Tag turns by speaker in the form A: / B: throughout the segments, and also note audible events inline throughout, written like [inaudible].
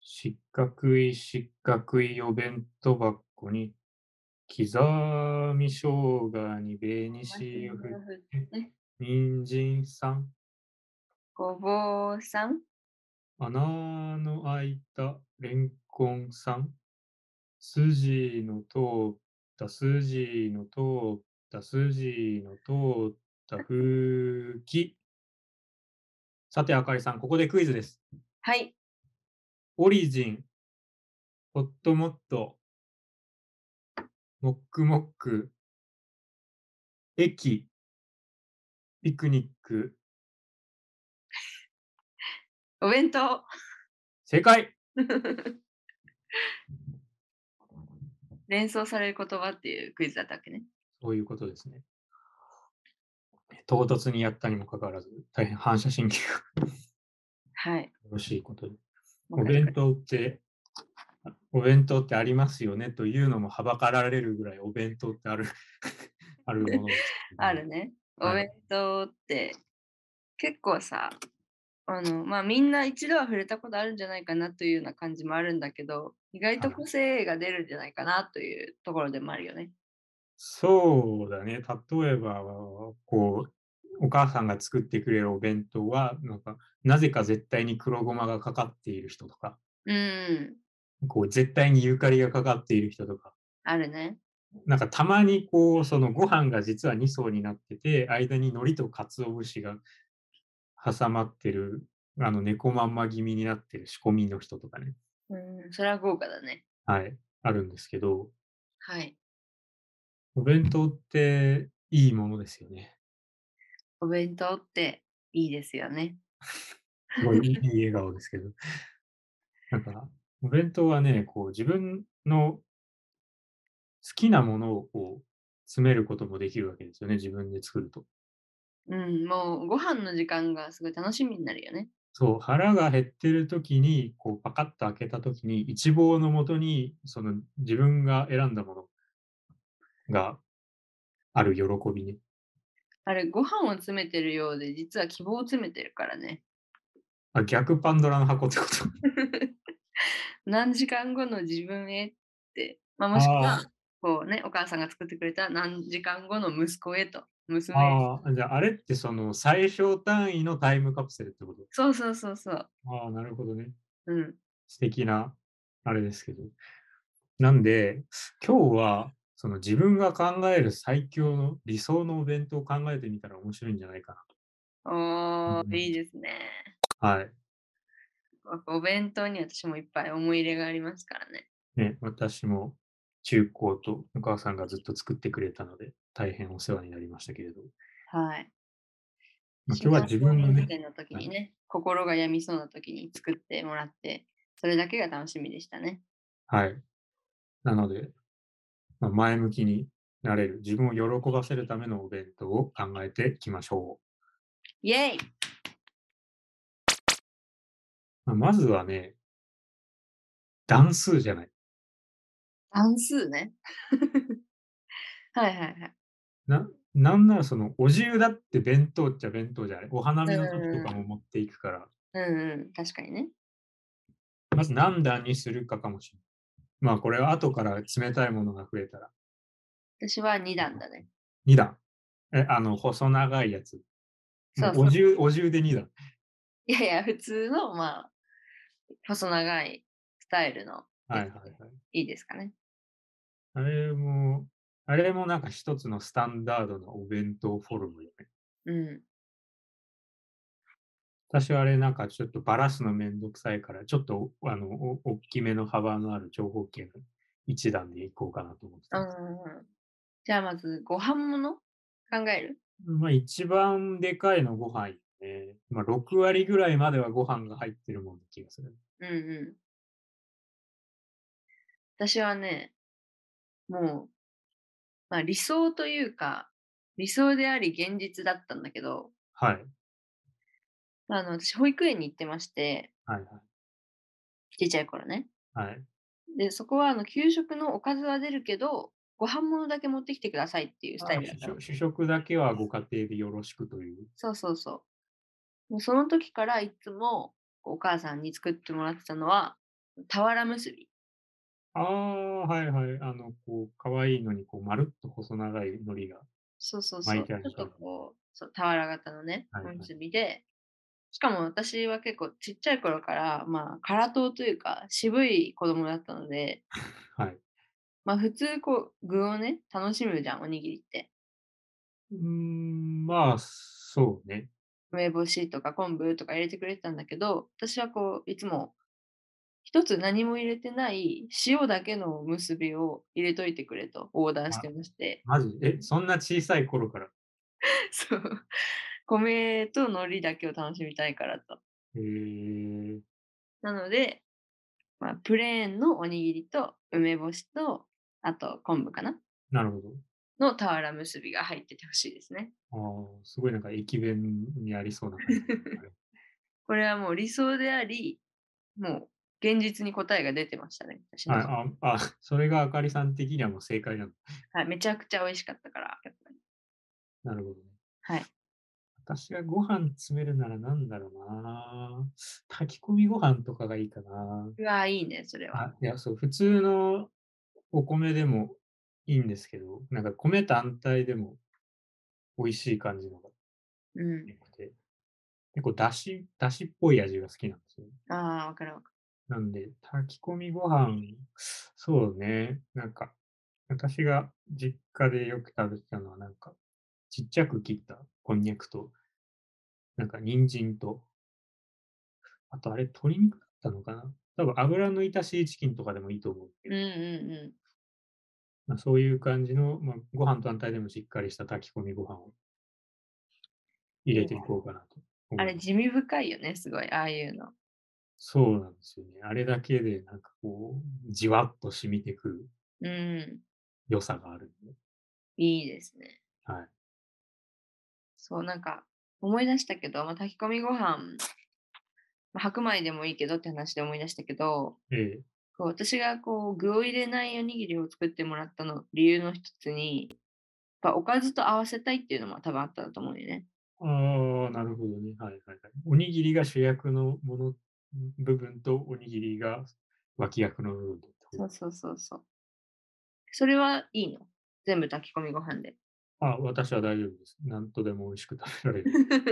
A: 四角い四角いお弁当箱に、刻み生姜に紅しを振っ人参さん、
B: ごぼうさん、
A: 穴の開いたレンコンさん、筋の通った筋の通った筋の通った空気。さて、あかりさん、ここでクイズです。
B: はい、
A: オリジン、ホットモット、モックモック、駅、ピクニック、
B: お弁当。 [laughs]
A: 正解
B: 連想される言葉っていうクイズだったっけね。
A: そういうことですね。唐突にやったにもかかわらず、大変反射神経が
B: はい。
A: よろしいことで。お
B: わかりま
A: 弁当って、お弁当ってありますよねというのもはばかられるぐらいお弁当ってある [laughs] あるものですけど
B: ある。ね。お
A: はい
B: 弁当って結構さ、あのまあ、みんな一度は触れたことあるんじゃないかなというような感じもあるんだけど、意外と
A: はい
B: 個性が出るんじゃないかなというところでもあるよね。
A: そうだね。例えば、こう、お母さんが作ってくれるお弁当は、なんか、なぜか絶対に黒ごまがかかっている人とか、
B: うん、
A: こう、絶対にゆかりがかかっている人とか、
B: あるね。
A: なんかたまにこう、そのご飯が実は2層になってて、間に海苔と鰹節が挟まってる、あの、猫まんま気味になってる仕込みの人とかね、
B: うん、それは豪華だね。
A: はい、あるんですけど、
B: はい。
A: お弁当っていいものですよね。
B: お弁当っていいですよね。
A: すごい [laughs] いいいい笑顔ですけど。なんか、お弁当はね、こう、自分の好きなものをこう、詰めることもできるわけですよね、自分で作ると。
B: うん、もうご飯の時間がすごい楽しみになるよね。
A: そう、腹が減ってる時に、こう、パカッと開けた時に、一望のもとに、その自分が選んだものがある喜びね。
B: あれ、ご飯を詰めてるようで、実は希望を詰めてるからね。
A: あ、逆パンドラの箱ってこと [laughs]
B: 何時間後の自分へって、まあ、もしく
A: あ
B: は、こうね、お母さんが作ってくれた何時間後の息子へと、娘へ。
A: ああ、じゃあ、あれってその最小単位のタイムカプセルってこと
B: そうそうそうそう。
A: ああ、なるほどね。
B: うん。
A: 素敵な、あれですけど。なんで、今日は、その自分が考える最強の理想のお弁当を考えてみたら面白いんじゃないか
B: お
A: うんうん
B: ー、いいですね。
A: な。はい。
B: お弁当に私もいっぱい思い入れがありますからね。
A: ね、私も中高とお母さんがずっと作ってくれたので、大変お世話になりましたけれど。
B: はい。
A: まあ今日は自分の
B: の
A: ね、
B: の時にね、心が病みそうな時に作ってもらって、それだけが楽しみでしたね。
A: はい。なので、まあ前向きになれる、自分を喜ばせるためのお弁当を考えていきましょ
B: イェイ
A: う。まあまずはね、段数じゃない。
B: 段数ね。 [laughs] はいはいはい。
A: ななんならそのお重だって弁当っちゃ弁当じゃないお花見の時とかも持っていくから、
B: うんうん、確かにね。
A: まず何段にするかかもしれない。まあこれは後から冷たいものが増えたら
B: 私は2段だね。 [laughs]
A: 2段。え、あの、細長いやつ。も
B: そうそう
A: お重、お重で2段。
B: いやいや、普通の、まあ、細長いスタイルの
A: はいはい
B: やつ
A: はい。
B: いいですかね。
A: あれも、あれもなんか一つのスタンダードなお弁当フォルムよね。
B: うん。
A: 私はあれなんかちょっとバラすのめんどくさいから、ちょっとあの、お大きめの幅のある長方形の1段でいこうかなと思ってた
B: うんん
A: ですけど
B: うんうんじゃあまず、ご飯もの考える
A: まあ一番でかいのご飯よね。まあ6割ぐらいまではご飯が入ってるもんな気がする。
B: うんうん。私はね、もう、まあ理想というか、理想であり現実だったんだけど、
A: はい。
B: まああの私、保育園に行ってまして、
A: はい
B: ちっちゃい頃ね。
A: はい。はい。
B: で、そこはあの給食のおかずは出るけど、ご飯物だけ持ってきてくださいっていうスタイルだ
A: あ主
B: ったの
A: 食主食だけはご家庭でよろしくという。
B: そうそうそう。もうその時からいつもこうお母さんに作ってもらってたのは、俵結び。
A: ああ、はいはい。あの、こう、可愛いのに、こう、まるっと細長い海苔が。
B: そうそうそう。
A: 巻い
B: ち
A: て
B: ょ
A: ある
B: っとこう、そう俵型のね、
A: はいはい
B: おむすびで、しかも私は結構ちっちゃい頃から、まあ、空党というか、渋い子供だったので、
A: はい。
B: まあ、普通こう、具をね、楽しむじゃん、おにぎりって。
A: うーん、まあ、そうね。
B: 梅干しとか昆布とか入れてくれてたんだけど、私はこう、いつも、一つ何も入れてない塩だけのおむすびを入れといてくれとオーダーしてまして、 [laughs]
A: マジえ、そんな小さい頃から。
B: そう。米と海苔だけを楽しみたいからと。
A: えー、
B: なので、まあ、プレーンのおにぎりと梅干しと、あと昆布かな
A: なるほ
B: の俵結びが入っててほしいですね。
A: ど。ああ、すごいなんか駅弁にありそうな感じ。
B: これはもう理想であり、もう現実に答えが出てましたね。 [laughs] 私のは
A: ああ、あ、それがあかりさん的にはもう正解なの。
B: い、めちゃくちゃ美味しかったから、やっぱり。
A: なるほどね。
B: はい。
A: 私がご飯詰めるならなんだろうな。炊き込みご飯とかがいいかな。
B: うわ、いいね、それは。
A: あいや、そう、普通のお米でもいいんですけど、なんか米単体でも美味しい感じのが
B: うん。
A: 良くて、結構だし、だしっぽい味が好きなんですよ。
B: ああ、わかるわか
A: なんで、炊き込みご飯、そうね、なんか、私が実家でよく食べてたのは、なんか、ちっちゃく切ったこんにゃくと、なんか、人参と、あと、あれ、鶏肉だったのかな多分、油のいたしチキンとかでもいいと思うけ
B: る。
A: ど、
B: うんうんう
A: まあ、そういう感じの、まあ、ご飯単体でもしっかりした炊き込みご飯を入れていこうかなと
B: ん。
A: 思
B: あ
A: い
B: れ、
A: ます。
B: 地味深いよね、すごい、ああいうの。
A: そうなんですよね。あれだけで、なんかこう、じわっと染みてくる
B: うん。
A: 良さがあるんで。
B: いいですね。
A: はい。
B: そう、なんか思い出したけど、まあ、炊き込みご飯、まあ、白米でもいいけどって話で思い出したけど、
A: ええ、
B: こう私がこう具を入れないおにぎりを作ってもらったの理由の一つに、やっぱおかずと合わせたいっていうのも多分あったと思うよね。
A: ああ、なるほどね。はいはいはい。おにぎりが主役のもの部分とおにぎりが脇役の部分とってこと
B: そうそうそうそう。それはいいの全部炊き込みご飯で。
A: あ、私は大丈夫です。なんとでも美味しく食べられ [laughs]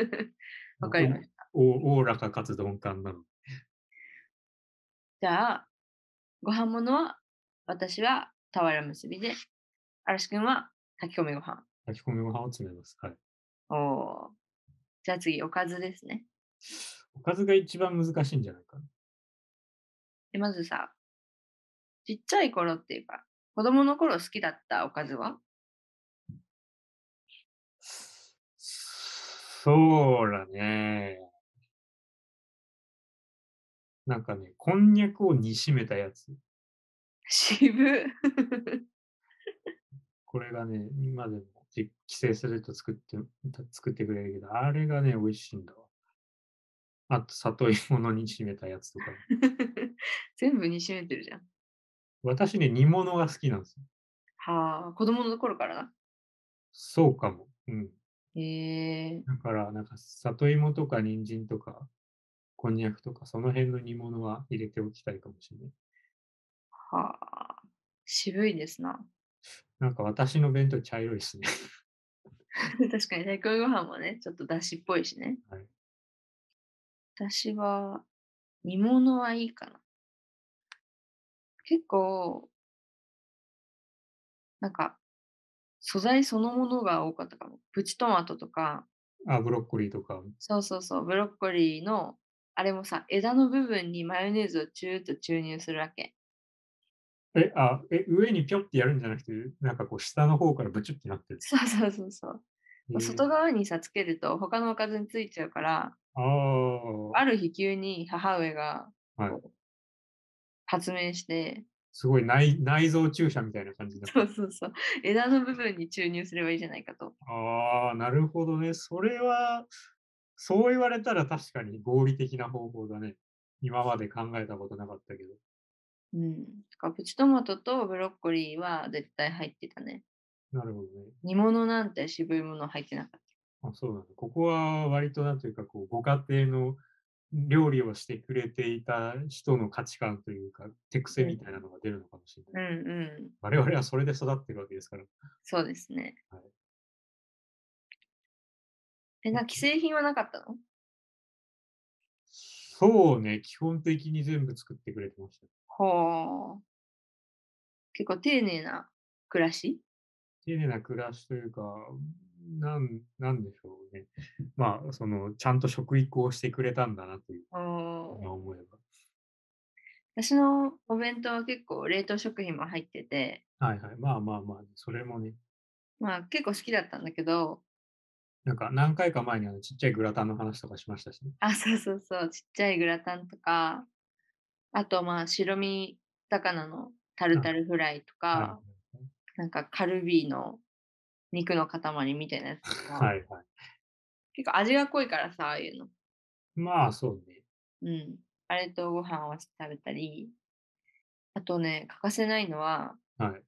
A: る。
B: [laughs] わかりました。
A: おおおらかかつ鈍感なの。
B: じゃあ、ご飯物は私は俵結びで、嵐くんは炊き込みご飯。
A: 炊き込みご飯を詰めます。はい。
B: おーじゃあ次、おかずですね。
A: おかずが一番難しいんじゃないかな。
B: で、まずさ、ちっちゃい頃っていうか、子供の頃好きだったおかずは [laughs]
A: そうだね。なんかね、こんにゃくを煮しめたやつ。
B: 渋
A: これがね、今でもじ帰省すると作って、た作ってくれるけど、あれがね、美味しいんだわ。あと、里芋の煮しめたやつとか。
B: [laughs] 全部煮しめてるじゃん。
A: 私ね、煮物が好きなんですよ。
B: はあ、子供の頃からな。
A: そうかも。うん。
B: へえ
A: だから、なんか、里芋とか人参とか、こんにゃくとか、その辺の煮物は入れておきたいかもしれない。
B: はあ、渋いですな。
A: なんか、私の弁当茶色いですね。 [laughs]
B: [laughs] 確かに、炊き込みご飯もね、ちょっとだしっぽいしね。
A: はい
B: 私は、煮物はいいかな。結構、なんか、素材そのものが多かったかも。プチトマトとか、
A: あ、ブロッコリーとか。
B: そうそうそう、ブロッコリーの、あれもさ、枝の部分にマヨネーズをチューッと注入するわけ。
A: え、あ、え、上にぴょってやるんじゃなくて、なんかこう、下の方からブチュってなってる。
B: そうそうそうそう。
A: へー
B: 外側にさ、つけると他のおかずについちゃうから、
A: ああ。
B: ある日急に母上が
A: はい
B: こう発明して、 [laughs]
A: すごい内内臓注射みたいな感じだ。
B: そうそうそう、枝の部分に注入すればいいじゃないかと。
A: ああ、なるほどね。それは、そう言われたら確かに合理的な方法だね。今まで考えたことなかったけど。
B: うん。だからプチトマトとブロッコリーは絶対入ってたね。
A: なるほどね。
B: 煮物なんて渋いもの入ってなかった。
A: あそうなんだ。ここは割となんというか、こう、ご家庭の料理をしてくれていた人の価値観というか、手癖みたいなのが出るのかもしれ
B: う
A: ない。
B: んうん。
A: 我々はそれで育ってるわけですから。
B: そうですね。
A: はい
B: え、なんか既製品はなかったの
A: そうね、基本的に全部作ってくれてました。
B: ほう。結構丁寧な暮らし
A: 丁寧な暮らしというか、なん、なんでしょうね。まあ、その、ちゃんと食育をしてくれたんだなという
B: うん
A: 今思え
B: 私のお弁当は結構冷凍食品も入ってて、
A: ば。はいはい。まあまあまあ、それもね、
B: まあ結構好きだったんだけど、 [laughs]
A: なんか何回か前にあのちっちゃいグラタンの話とかしましたし、ね、
B: あ、そうそうそう、ちっちゃいグラタンとか、あとまあ白身魚のタルタルフライと
A: は
B: か、なんかカルビーの肉の塊みたいなやつと
A: [laughs] い
B: か、
A: はいはい。
B: 結構味が濃いからさ、ああいうの。
A: まあそうね。
B: うん。あれとご飯を食べたり、あとね、欠かせないのは、
A: はい。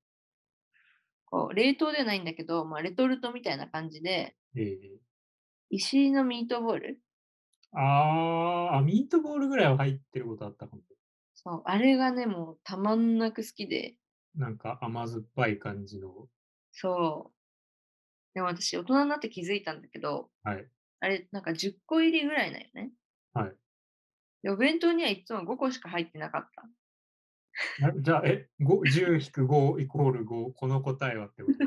B: こう冷凍ではないんだけど、まあ、レトルトみたいな感じで、
A: え
B: 石井のミートボール
A: ー、あーあ、ミートボールぐらいは入ってることあったかも。
B: そう、あれがね、もうたまんなく好きで、
A: なんか甘酸っぱい感じの。
B: そう。でも私、大人になって気づいたんだけど、
A: はい。
B: あれ、なんか10個入りぐらいだよね。
A: はい
B: で。お弁当にはいつも5個しか入ってなかった。 [laughs]
A: なじゃあ、え、五10引く5イコール5、この答えはってこと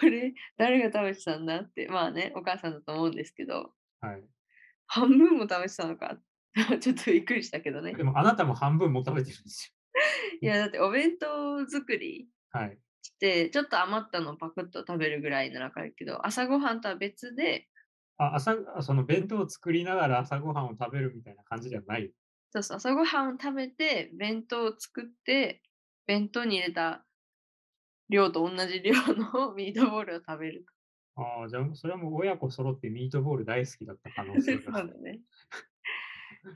B: これ、誰が食べてたんだって、まあね、お母さんだと思うんですけど、
A: はい。
B: 半分も食べてたのか。 [laughs] ちょっとびっくりしたけどね
A: で。も、あなたも半分も食べてるんです
B: いや、だってお弁当作り
A: よ。はい。
B: して、ちょっと余ったのをパクッと食べるぐらいならわかるけど、朝ごはんとは別で、
A: あ朝あその弁当を作りながら朝ごはんを食べるみたいな感じじゃない。
B: そうそう、朝ごはんを食べて、弁当を作って、弁当に入れた量と同じ量の [laughs] ミートボールを食べる。
A: ああ、じゃあ、それはもう親子揃ってミートボール大好きだった可能
B: [laughs] そ
A: 性
B: う
A: が
B: だ。ね。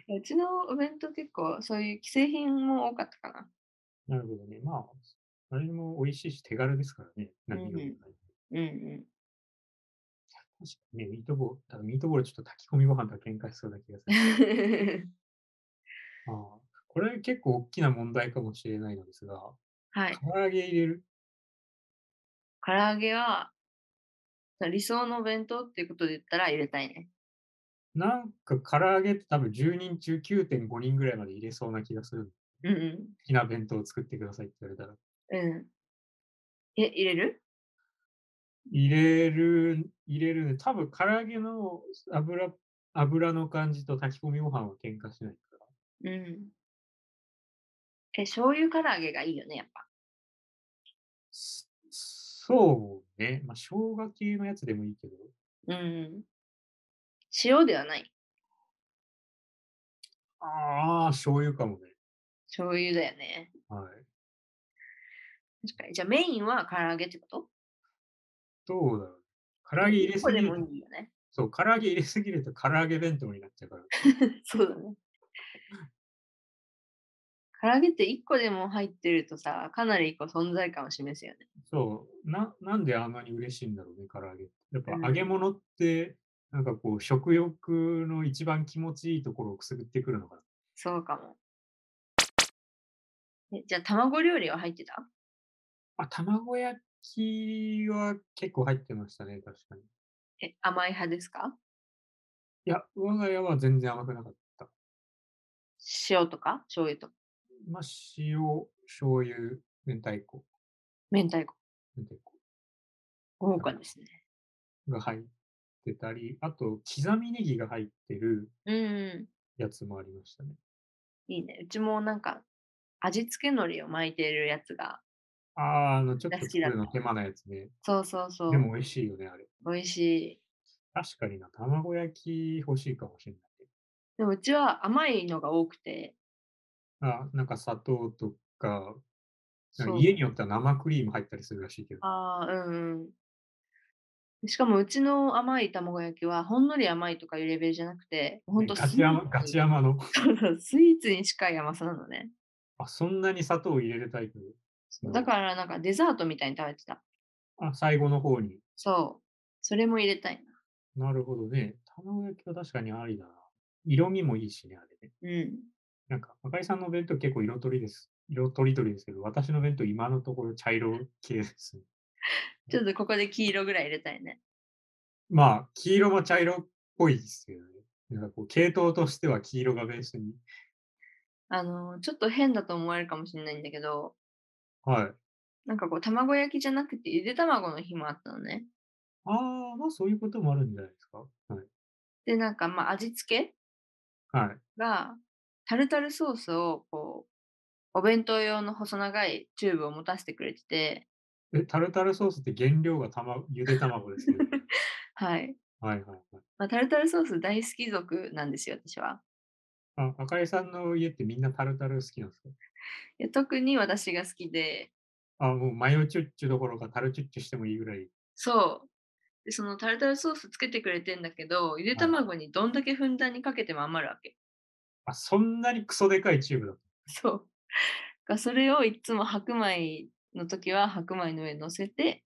B: うちのお弁当結構そういう既製品も多かったか
A: なるほどね。まあ、あれも美味しいし手軽ですからね。何よりも
B: うんうんな。うんうん。
A: 確かにね、ミートボール、ただミートボールちょっと炊き込みご飯とは喧嘩しそうな気がす
B: [laughs]
A: る。ああこれ結構大きな問題かもしれないのですが、
B: はい。
A: 唐揚げ入れる。
B: 唐揚げは理想のお弁当っていうことで言ったら入れたいね。
A: なんか唐揚げって多分10人中9.5人ぐらいまで入れそうな気がする。
B: うん
A: 好きな弁当を作ってくださいって言われたら。
B: うん。うん。え、入れる
A: 入れる、入れるね。多分唐揚げの油、油の感じと炊き込みご飯は喧嘩しないから。
B: うん。え、醤油唐揚げがいいよね、やっぱ。
A: そそうね。まあ、生姜系のやつでもいいけど、
B: うん。塩ではない。
A: ああ、醤油かもね。
B: 醤油だよね。
A: はい。
B: 確かに。じゃあメインは唐揚げってこと
A: どうだろう。唐揚げ入れ
B: こ
A: す
B: で
A: ぎ
B: も
A: る
B: い
A: と、
B: いよね。
A: そう、唐揚げ入れすぎると唐揚げ弁当になっちゃうから。
B: そうだね。唐揚げって1個でも入ってるとさ、かなりこう存在感を示すよね。
A: そう、な、なんであんなに嬉しいんだろうね、唐揚げって。やっぱ
B: うん
A: 揚げ物って、なんかこう、食欲の一番気持ちいいところをくすぐってくるのかな。
B: そうかも。えじゃあ卵料理は入ってた
A: あ、卵焼きは結構入ってましたね、確かに。
B: え、甘い派ですか
A: いや、我が家は全然甘くなかった。
B: 塩とか醤油とか
A: まあ、塩、醤油、明太子、
B: 明太子。
A: 明太子
B: 豪華ですね。
A: が入ってたり、あと、刻みネギが入ってる
B: うんう
A: やつもありましたね。
B: ん。いいね。うちもなんか味付け海苔を巻いてるやつが。
A: ああ、あの、ちょっと作るの手間なやつね。
B: そうそうそう。
A: でも美味しいよね、あれ。
B: 美味しい。
A: 確かにな、卵焼き欲しいかもしれ
B: でもうちは甘いのが多くて、
A: ない。あ、なんか砂糖とか、なん
B: そ
A: か
B: う
A: 家によっては生クリーム入ったりするらしいけど。
B: あーうんうん。しかもうちの甘い卵焼きはほんのり甘いとかいうレベルじゃなくて、ほんと
A: ガチ山、ガチ山の。
B: [laughs] スイーツに近い甘さなのね。
A: あ、そんなに砂糖を入れるタイプ。
B: だからなんかデザートみたいに食べてた。
A: あ、最後の方に。
B: そう。それも入れたいな。
A: なるほどね。卵焼きは確かにありだな。色味もいいしね、あれね。
B: うん。
A: なんか、赤井さんの弁当結構色とりです。色とりどりですけど、私の弁当今のところ茶色系ですね。
B: ちょっとここで黄色ぐらい入れたいね。
A: まあ、黄色も茶色っぽいですよね。なんかこう、系統としては黄色がベースに。
B: あの、ちょっと変だと思われるかもしれないんだけど、
A: はい。
B: なんかこう、卵焼きじゃなくて、ゆで卵の日もあったのね。
A: ああ、まあそういうこともあるんじゃないですか。はい。
B: で、なんかまあ味付け
A: はい。
B: が、タルタルソースをこう、お弁当用の細長いチューブを持たせてくれてて、
A: え、タルタルソースって原料がたまゆで卵です
B: [laughs]
A: よね。
B: はい。
A: はいはいはい。
B: まあ、タルタルソース大好き族なんですよ、私は。
A: あ、あかりさんの家ってみんなタルタル好きなんですか
B: いや特に私が好きで、
A: あ、もうマヨチュッチュどころかタルチュッチュしてもいいぐらい。
B: そう。でそのタルタルソースつけてくれてんだけど、ゆで卵にどんだけふんだんにかけても余るわけ。 [laughs]
A: あ、そんなにクソでかいチューブだ。
B: そう。がそれをいつも白米の時は白米の上に乗せて、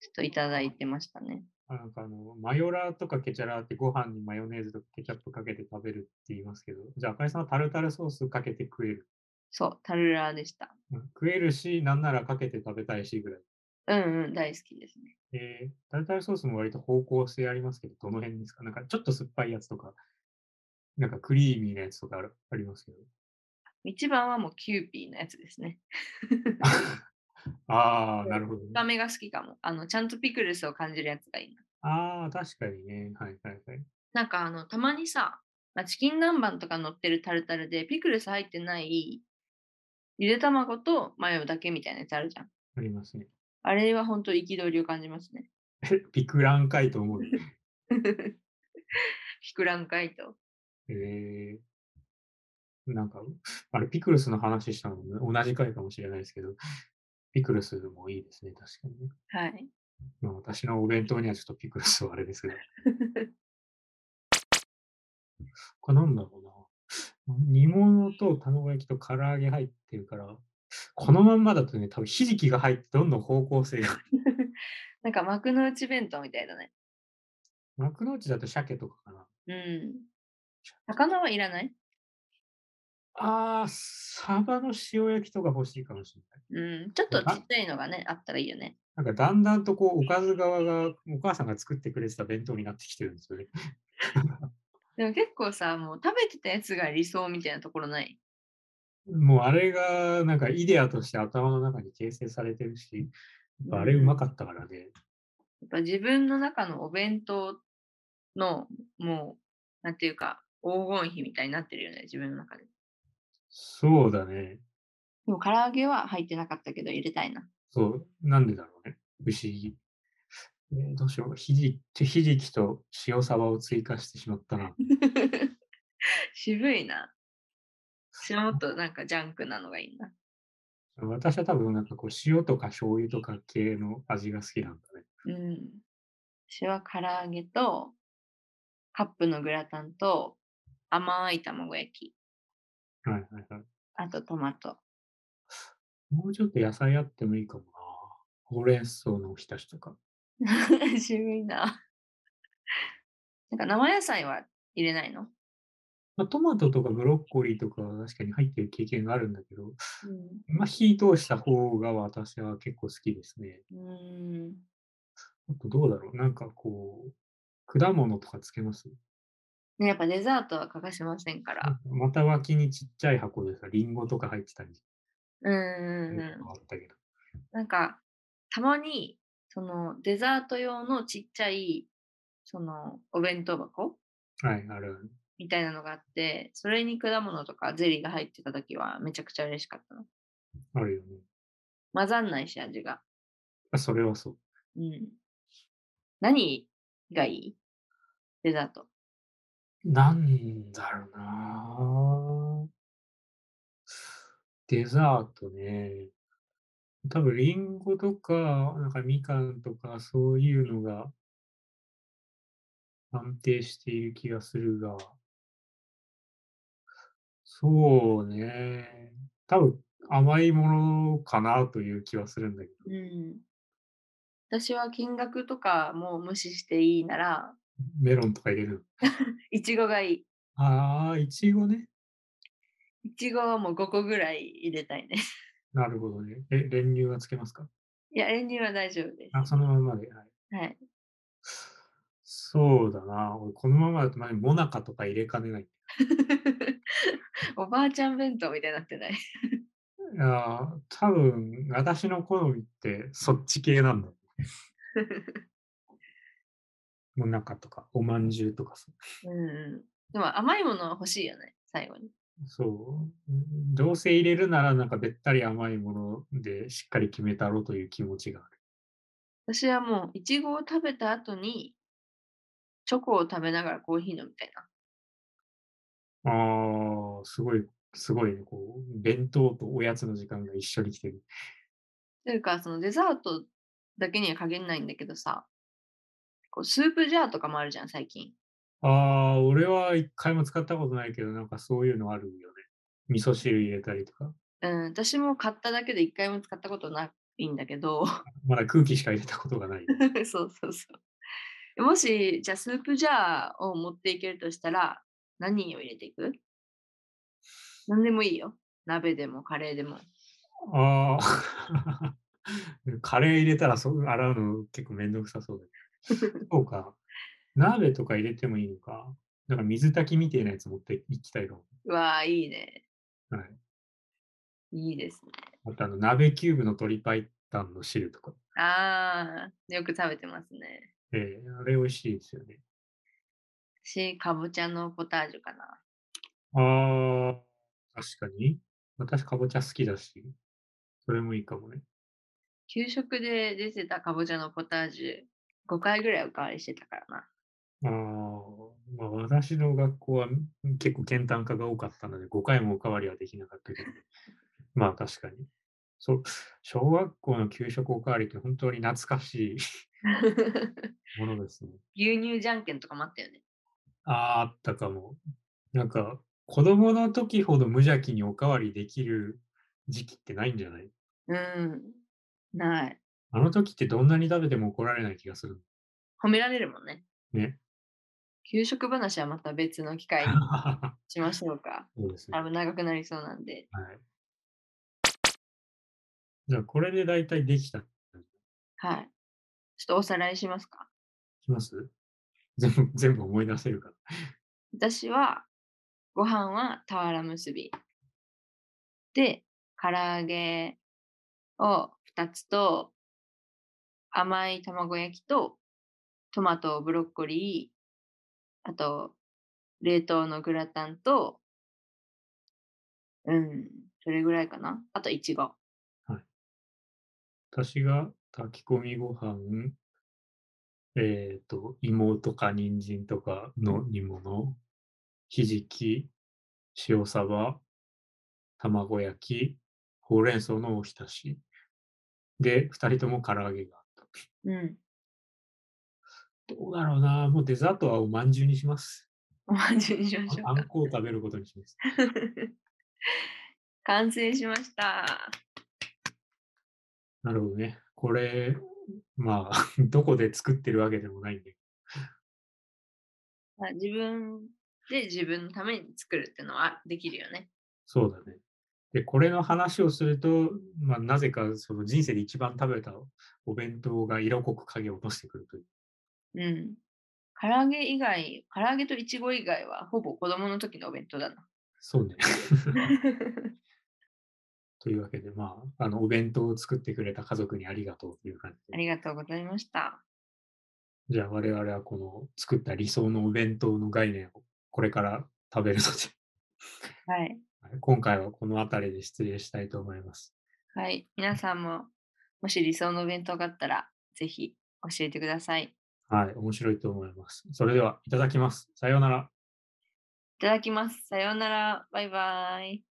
B: ちょっといただいてましたね。
A: あなんかあの、マヨラーとかケチャラーってご飯にマヨネーズとケチャップかけて食べるって言いますけど、じゃああかりさんはタルタルソースかけて食える。
B: そう、タルラーでした。
A: うん食えるし、なんならかけて食べたいしぐらい。
B: うんうん、大好きですね。
A: えー、タルタルソースも割と方向性ありますけど、どの辺ですかなんかちょっと酸っぱいやつとか、なんかクリーミーなやつとかあるありますけど。 [laughs]
B: 一番はもうキューピーのやつですね。
A: ああ、なるほど、ね。
B: 深めが好きかも。あの、ちゃんとピクルスを感じるやつがいいな。
A: ああ、確かにね。はいはいはい。
B: なんかあの、たまにさ、まあ、チキン南蛮とか乗ってるタルタルで、ピクルス入ってない、ゆで卵とマヨだけみたいなやつあるじゃん。
A: ありますね。
B: あれは本当憤りを感じますね。 [laughs]
A: ピクランかいと思う。
B: ひくらんかいと。
A: えー、なんか、あれ、ピクルスの話したのも同じ回かもしれないですけど、ピクルスもいいですね、確かにね。
B: はい。
A: まあ、私のお弁当にはちょっとピクルスはあれですが。これなんだろうな。煮物と卵焼きと唐揚げ入ってるから、このまんまだとね、多分ひじきが入ってどんどん方向性が。
B: なんか幕の内弁当みたいだね。
A: 幕の内だと鮭とかかな。
B: うん。魚はいらない
A: あー、サバの塩焼きとか欲しいかもしれない。
B: うん。ちょっとちっちゃいのがね、あったらいいよね。
A: なんかだんだんとこう、おかず側が、お母さんが作ってくれてた弁当になってきてるんですよね。
B: でも結構さ、もう食べてたやつが理想みたいなところない。
A: もうあれが、なんかイデアとして頭の中に形成されてるし、やっぱあれうまかったからね。
B: やっぱ自分の中のお弁当のもう、なんていうか、黄金比みたいになってるよね、自分の中で。
A: そうだね。
B: でも唐揚げは入ってなかったけど入れたいな。
A: そう、なんでだろうね。不思議。えーどうしよう。ひじき、ひじきと塩サバを追加してしまったな。
B: [laughs] 渋いな。しもっとなんかジャンクなのがいいな。
A: 私は多分なんかこう塩とか醤油とか系の味が好きなんだね。
B: うん。私は唐揚げと、カップのグラタンと、甘い卵焼き、
A: はいはいはい。
B: あとトマト。
A: もうちょっと野菜あってもいいかもな。ほうれん草のおひたしとか。
B: [laughs] 渋いな。なんか生野菜は入れないの、
A: まあ、トマトとかブロッコリーとかは確かに入ってる経験があるんだけど、
B: うん
A: まあ火通した方が私は結構好きですね。
B: うーん
A: あとどうだろう。なんかこう、果物とかつけます
B: ね、やっぱデザートは欠かしませんから。
A: また脇にちっちゃい箱でさ、リンゴとか入ってたり
B: うんうん
A: なん
B: うん。
A: かあったけど。
B: なんか、たまに、そのデザート用のちっちゃい、そのお弁当箱
A: はい、あるある。
B: みたいなのがあって、それに果物とかゼリーが入ってた時はめちゃくちゃ嬉しかったの。
A: あるよね。
B: 混ざんないし、味が。
A: あそれはそう。
B: うん。何がいいデザート。
A: なんだろうなぁデザートね。多分、リンゴとか、なんかみかんとか、そういうのが安定している気がするが、そうね。多分、甘いものかなという気はするんだけど。
B: うん。私は金額とかもう無視していいなら、
A: メロンとか入れる
B: いちごがいい。
A: ああ、いちごね。
B: いちごはもう5個ぐらい入れたいね。
A: なるほどね。え、練乳はつけますか
B: いや、練乳は大丈夫です。
A: あ、そのままで。はい。
B: はい。
A: そうだな。俺、このままだと、まあもなかとか入れかねない。
B: おばあちゃん弁当みたいになってない。 [laughs]
A: いやー、多分、私の好みって、そっち系なんだ。もなかとか、おまんじゅうとかさ。
B: うんうん。でも甘いものは欲しいよね、最後に。
A: そう。どうせ入れるなら、なんかべったり甘いものでしっかり決めたろうという気持ちがある。
B: 私はもう、いちごを食べた後に、チョコを食べながらコーヒー飲みたいな。
A: ああ、すごい、すごいね。こう、弁当とおやつの時間が一緒に来てる。
B: というか、そのデザートだけには限らないんだけどさ、こうスープジャーとかもあるじゃん、最近。
A: ああ、俺は一回も使ったことないけど、なんかそういうのあるよね。味噌汁入れたりとか。
B: うん、私も買っただけで一回も使ったことないんだけど、
A: まだ空気しか入れたことがない。
B: [laughs] そうそうそう。もし、じゃあスープジャーを持っていけるとしたら、何を入れていく何でもいいよ。鍋でもカレーでも。
A: ああ、 [laughs] カレー入れたらそう洗うの結構めんどくさそうだけど。そうか。鍋とか入れてもいいのか。なんか水炊きみたいなやつ持っていきたいかも。
B: うわあ、いいね。
A: はい。
B: いいですね。
A: あとあの、鍋キューブの鶏白湯の汁とか。
B: ああ、よく食べてますね。
A: ええあれ美味しいですよね。
B: し、かぼちゃのポタージュかな。
A: ああ、確かに。私、かぼちゃ好きだし、それもいいかもね。
B: 給食で出てたかぼちゃのポタージュ、5回ぐらいおかわりしてたからな。 [laughs]
A: ああ、まあ私の学校は結構県単価が多かったので、5回もおかわりはできなかったけど、 [laughs] まあ確かに。そう、小学校の給食おかわりって本当に懐かしいものですね。
B: 牛乳じゃんけんとかもあったよね。
A: [laughs] ああ、あったかも。なんか、子供の時ほど無邪気におかわりできる時期ってないんじゃない
B: うん。ない。
A: あの時ってどんなに食べても怒られない気がする。
B: 褒められるもんね。
A: ね。
B: 給食話はまた別の機会にしましょうか。
A: そうですね。 [laughs]
B: あ
A: はい。
B: の長くなりそうなんで。
A: じゃあ、これで大体できた。
B: はい。ちょっとおさらいしますか。
A: きます [laughs] 全部、全部思い出せるから。
B: 私は、ご飯は俵結び。で、唐揚げを2つと、甘い卵焼きと、トマト、ブロッコリー、あと、冷凍のグラタンと、うん、それぐらいかな。あと、いちご。
A: 私が炊き込みご飯、えっ、と、芋とか人参とかの煮物、ひじき、塩サバ、卵焼き、ほうれん草のおひたし。で、二人とも唐揚げがあっ
B: うん。
A: た。どうだろうな、もうデザートはおまんじゅうにします。
B: おまんじゅうにしましょ
A: あ
B: うか
A: ん。こを食べることにします。
B: 完成しました。
A: なるほどね。これ、まあ、 [laughs] どこで作ってるわけでもないんで。
B: まあ自分で自分のために作るっていうのはできるよね。
A: そうだね。で、これの話をすると、まあ、なぜかその人生で一番食べたお弁当が色濃く影を落としてくるという。
B: うん。唐揚げ以外、唐揚げといちご以外はほぼ子供の時のお弁当だな。
A: そうね。というわけで、まあ、あのお弁当を作ってくれた家族にありがとうという感じ
B: あ
A: で。
B: りがとうございました。
A: じゃあ、我々はこの作った理想のお弁当の概念をこれから食べるの
B: はい。
A: で、今回はこの辺りで失礼したいと思います。
B: はい。皆さんも、もし理想のお弁当があったら、ぜひ教えてください。い
A: はい、面白いと思います。それでは、いただきます。さようなら。
B: ただきます。さようなら。バイバイ。